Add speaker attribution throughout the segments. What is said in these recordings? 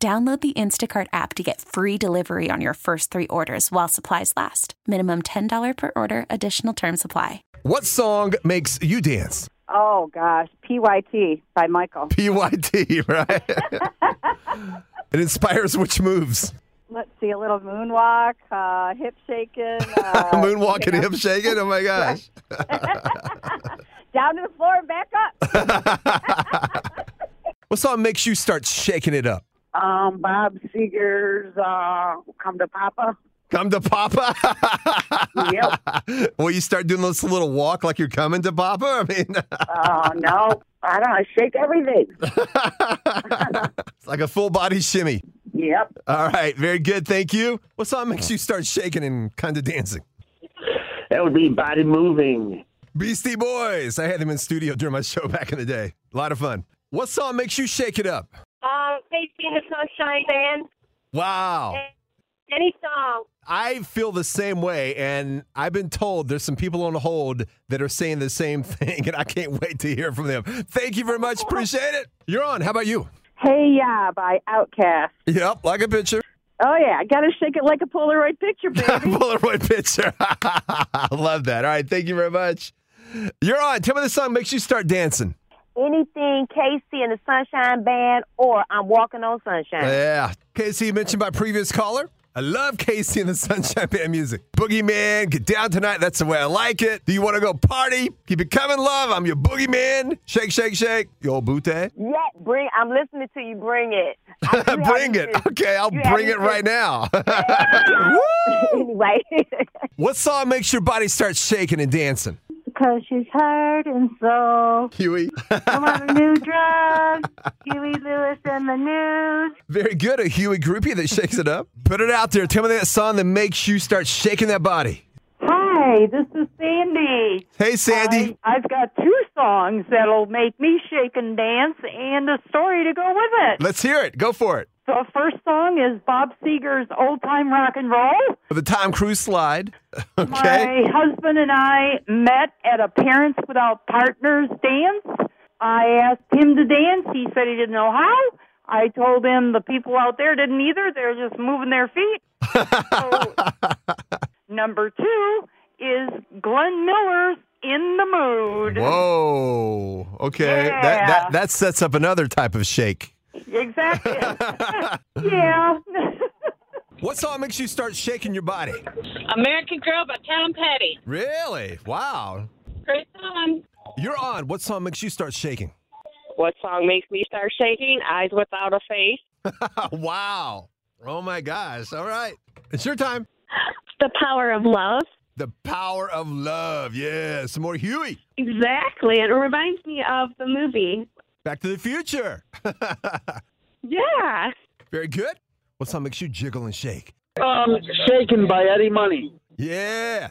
Speaker 1: Download the Instacart app to get free delivery on your first three orders while supplies last. Minimum $10 per order, additional term supply.
Speaker 2: What song makes you dance?
Speaker 3: Oh gosh, PYT by Michael.
Speaker 2: PYT, right? it inspires which moves?
Speaker 3: Let's see a little moonwalk, uh, hip shaking, uh,
Speaker 2: Moonwalk
Speaker 3: you
Speaker 2: and
Speaker 3: know,
Speaker 2: hip shaking? Oh my gosh.
Speaker 3: down to the floor and back up.
Speaker 2: What song makes you start shaking it up?
Speaker 4: um, Bob Seger's uh, "Come to Papa."
Speaker 2: Come to Papa?
Speaker 4: Yep.
Speaker 2: Will you start doing this little walk like you're coming to Papa? I mean,
Speaker 4: Oh no, I don't know. Shake everything.
Speaker 2: it's like a full body shimmy.
Speaker 4: Yep.
Speaker 2: All right, very good. Thank you. What song makes you start shaking and kind of dancing?
Speaker 5: That would be body moving.
Speaker 2: Beastie Boys. I had them in studio during my show back in the day. A lot of fun. What song makes you shake it up?
Speaker 6: Um, Facing the Sunshine Band.
Speaker 2: Wow.
Speaker 6: Any song.
Speaker 2: I feel the same way, and I've been told there's some people on hold that are saying the same thing, and I can't wait to hear from them. Thank you very much. Appreciate it. You're on. How about you?
Speaker 3: hey ya by Outcast.
Speaker 2: Yep, like a picture.
Speaker 3: Oh yeah, gotta shake it like a Polaroid picture, baby.
Speaker 2: Polaroid picture. I love that. All right, thank you very much. You're on. Tell me the song makes you start dancing.
Speaker 7: anything Casey and the Sunshine Band or I'm Walking on Sunshine.
Speaker 2: Yeah. Casey mentioned by previous caller. I love Casey and the Sunshine Band music. Boogeyman, get down tonight. That's the way I like it. Do you want to go party? Keep it coming, love. I'm your boogeyman. Shake, shake, shake. Yo, bootay.
Speaker 7: Yet, bring. I'm listening to you. Bring it. I do have
Speaker 2: bring it.
Speaker 7: to-
Speaker 2: Okay, I'll
Speaker 7: you
Speaker 2: bring
Speaker 7: have
Speaker 2: it
Speaker 7: to-
Speaker 2: right now. Woo!
Speaker 7: anyway.
Speaker 2: What song makes your body start shaking and dancing?
Speaker 8: Cause she's hurting so.
Speaker 2: Huey.
Speaker 8: I'm on a new drug. Huey Lewis and the news.
Speaker 2: Very good. A Huey groupie that shakes it up. Put it out there. Tell me that song that makes you start shaking that body.
Speaker 8: Hi, this is Sandy.
Speaker 2: Hey, Sandy.
Speaker 8: I've got two songs that'll make me shake and dance and a story to go with it.
Speaker 2: Let's hear it. Go for it.
Speaker 8: So first song is Bob Seger's Old Time Rock and Roll.
Speaker 2: The Tom Cruise slide. Okay.
Speaker 8: My husband and I met at a Parents Without Partners dance. I asked him to dance. He said he didn't know how. I told him the people out there didn't either. They're just moving their feet. So, number two is Glenn Miller's In the Mood.
Speaker 2: Whoa. Okay. That,
Speaker 8: Yeah.
Speaker 2: that that sets up another type of shake.
Speaker 8: Exactly. yeah.
Speaker 2: What song makes you start shaking your body?
Speaker 9: American Girl by Tom Petty.
Speaker 2: Really? Wow.
Speaker 9: Great song.
Speaker 2: You're on. What song makes you start shaking?
Speaker 9: What song makes me start shaking? Eyes Without a Face.
Speaker 2: wow. Oh my gosh. All right. It's your time.
Speaker 6: The Power of Love.
Speaker 2: The power of love. Yeah. Some more Huey.
Speaker 6: Exactly. It reminds me of the movie.
Speaker 2: Back to the future.
Speaker 6: Yeah.
Speaker 2: Very good. What song makes you jiggle and shake?
Speaker 5: Um, shaken by Eddie Money.
Speaker 2: Yeah.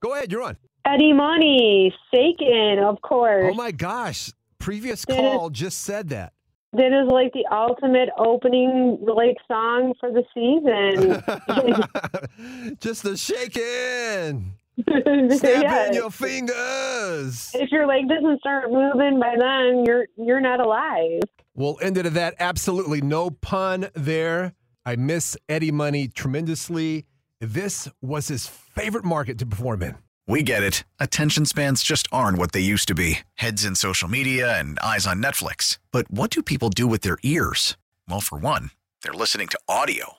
Speaker 2: Go ahead. You're on.
Speaker 9: Eddie Money, Shaken, of course.
Speaker 2: Oh my gosh. Previous call just said that.
Speaker 9: That is like the ultimate opening like song for the season.
Speaker 2: just the shaking. Step in
Speaker 9: yeah.
Speaker 2: your fingers.
Speaker 9: If your leg doesn't start moving by then, you're you're not alive.
Speaker 2: We'll end it at that. Absolutely no pun there. I miss Eddie Money tremendously. This was his favorite market to perform in.
Speaker 10: We get it. Attention spans just aren't what they used to be heads in social media and eyes on Netflix. But what do people do with their ears? Well, for one, they're listening to audio.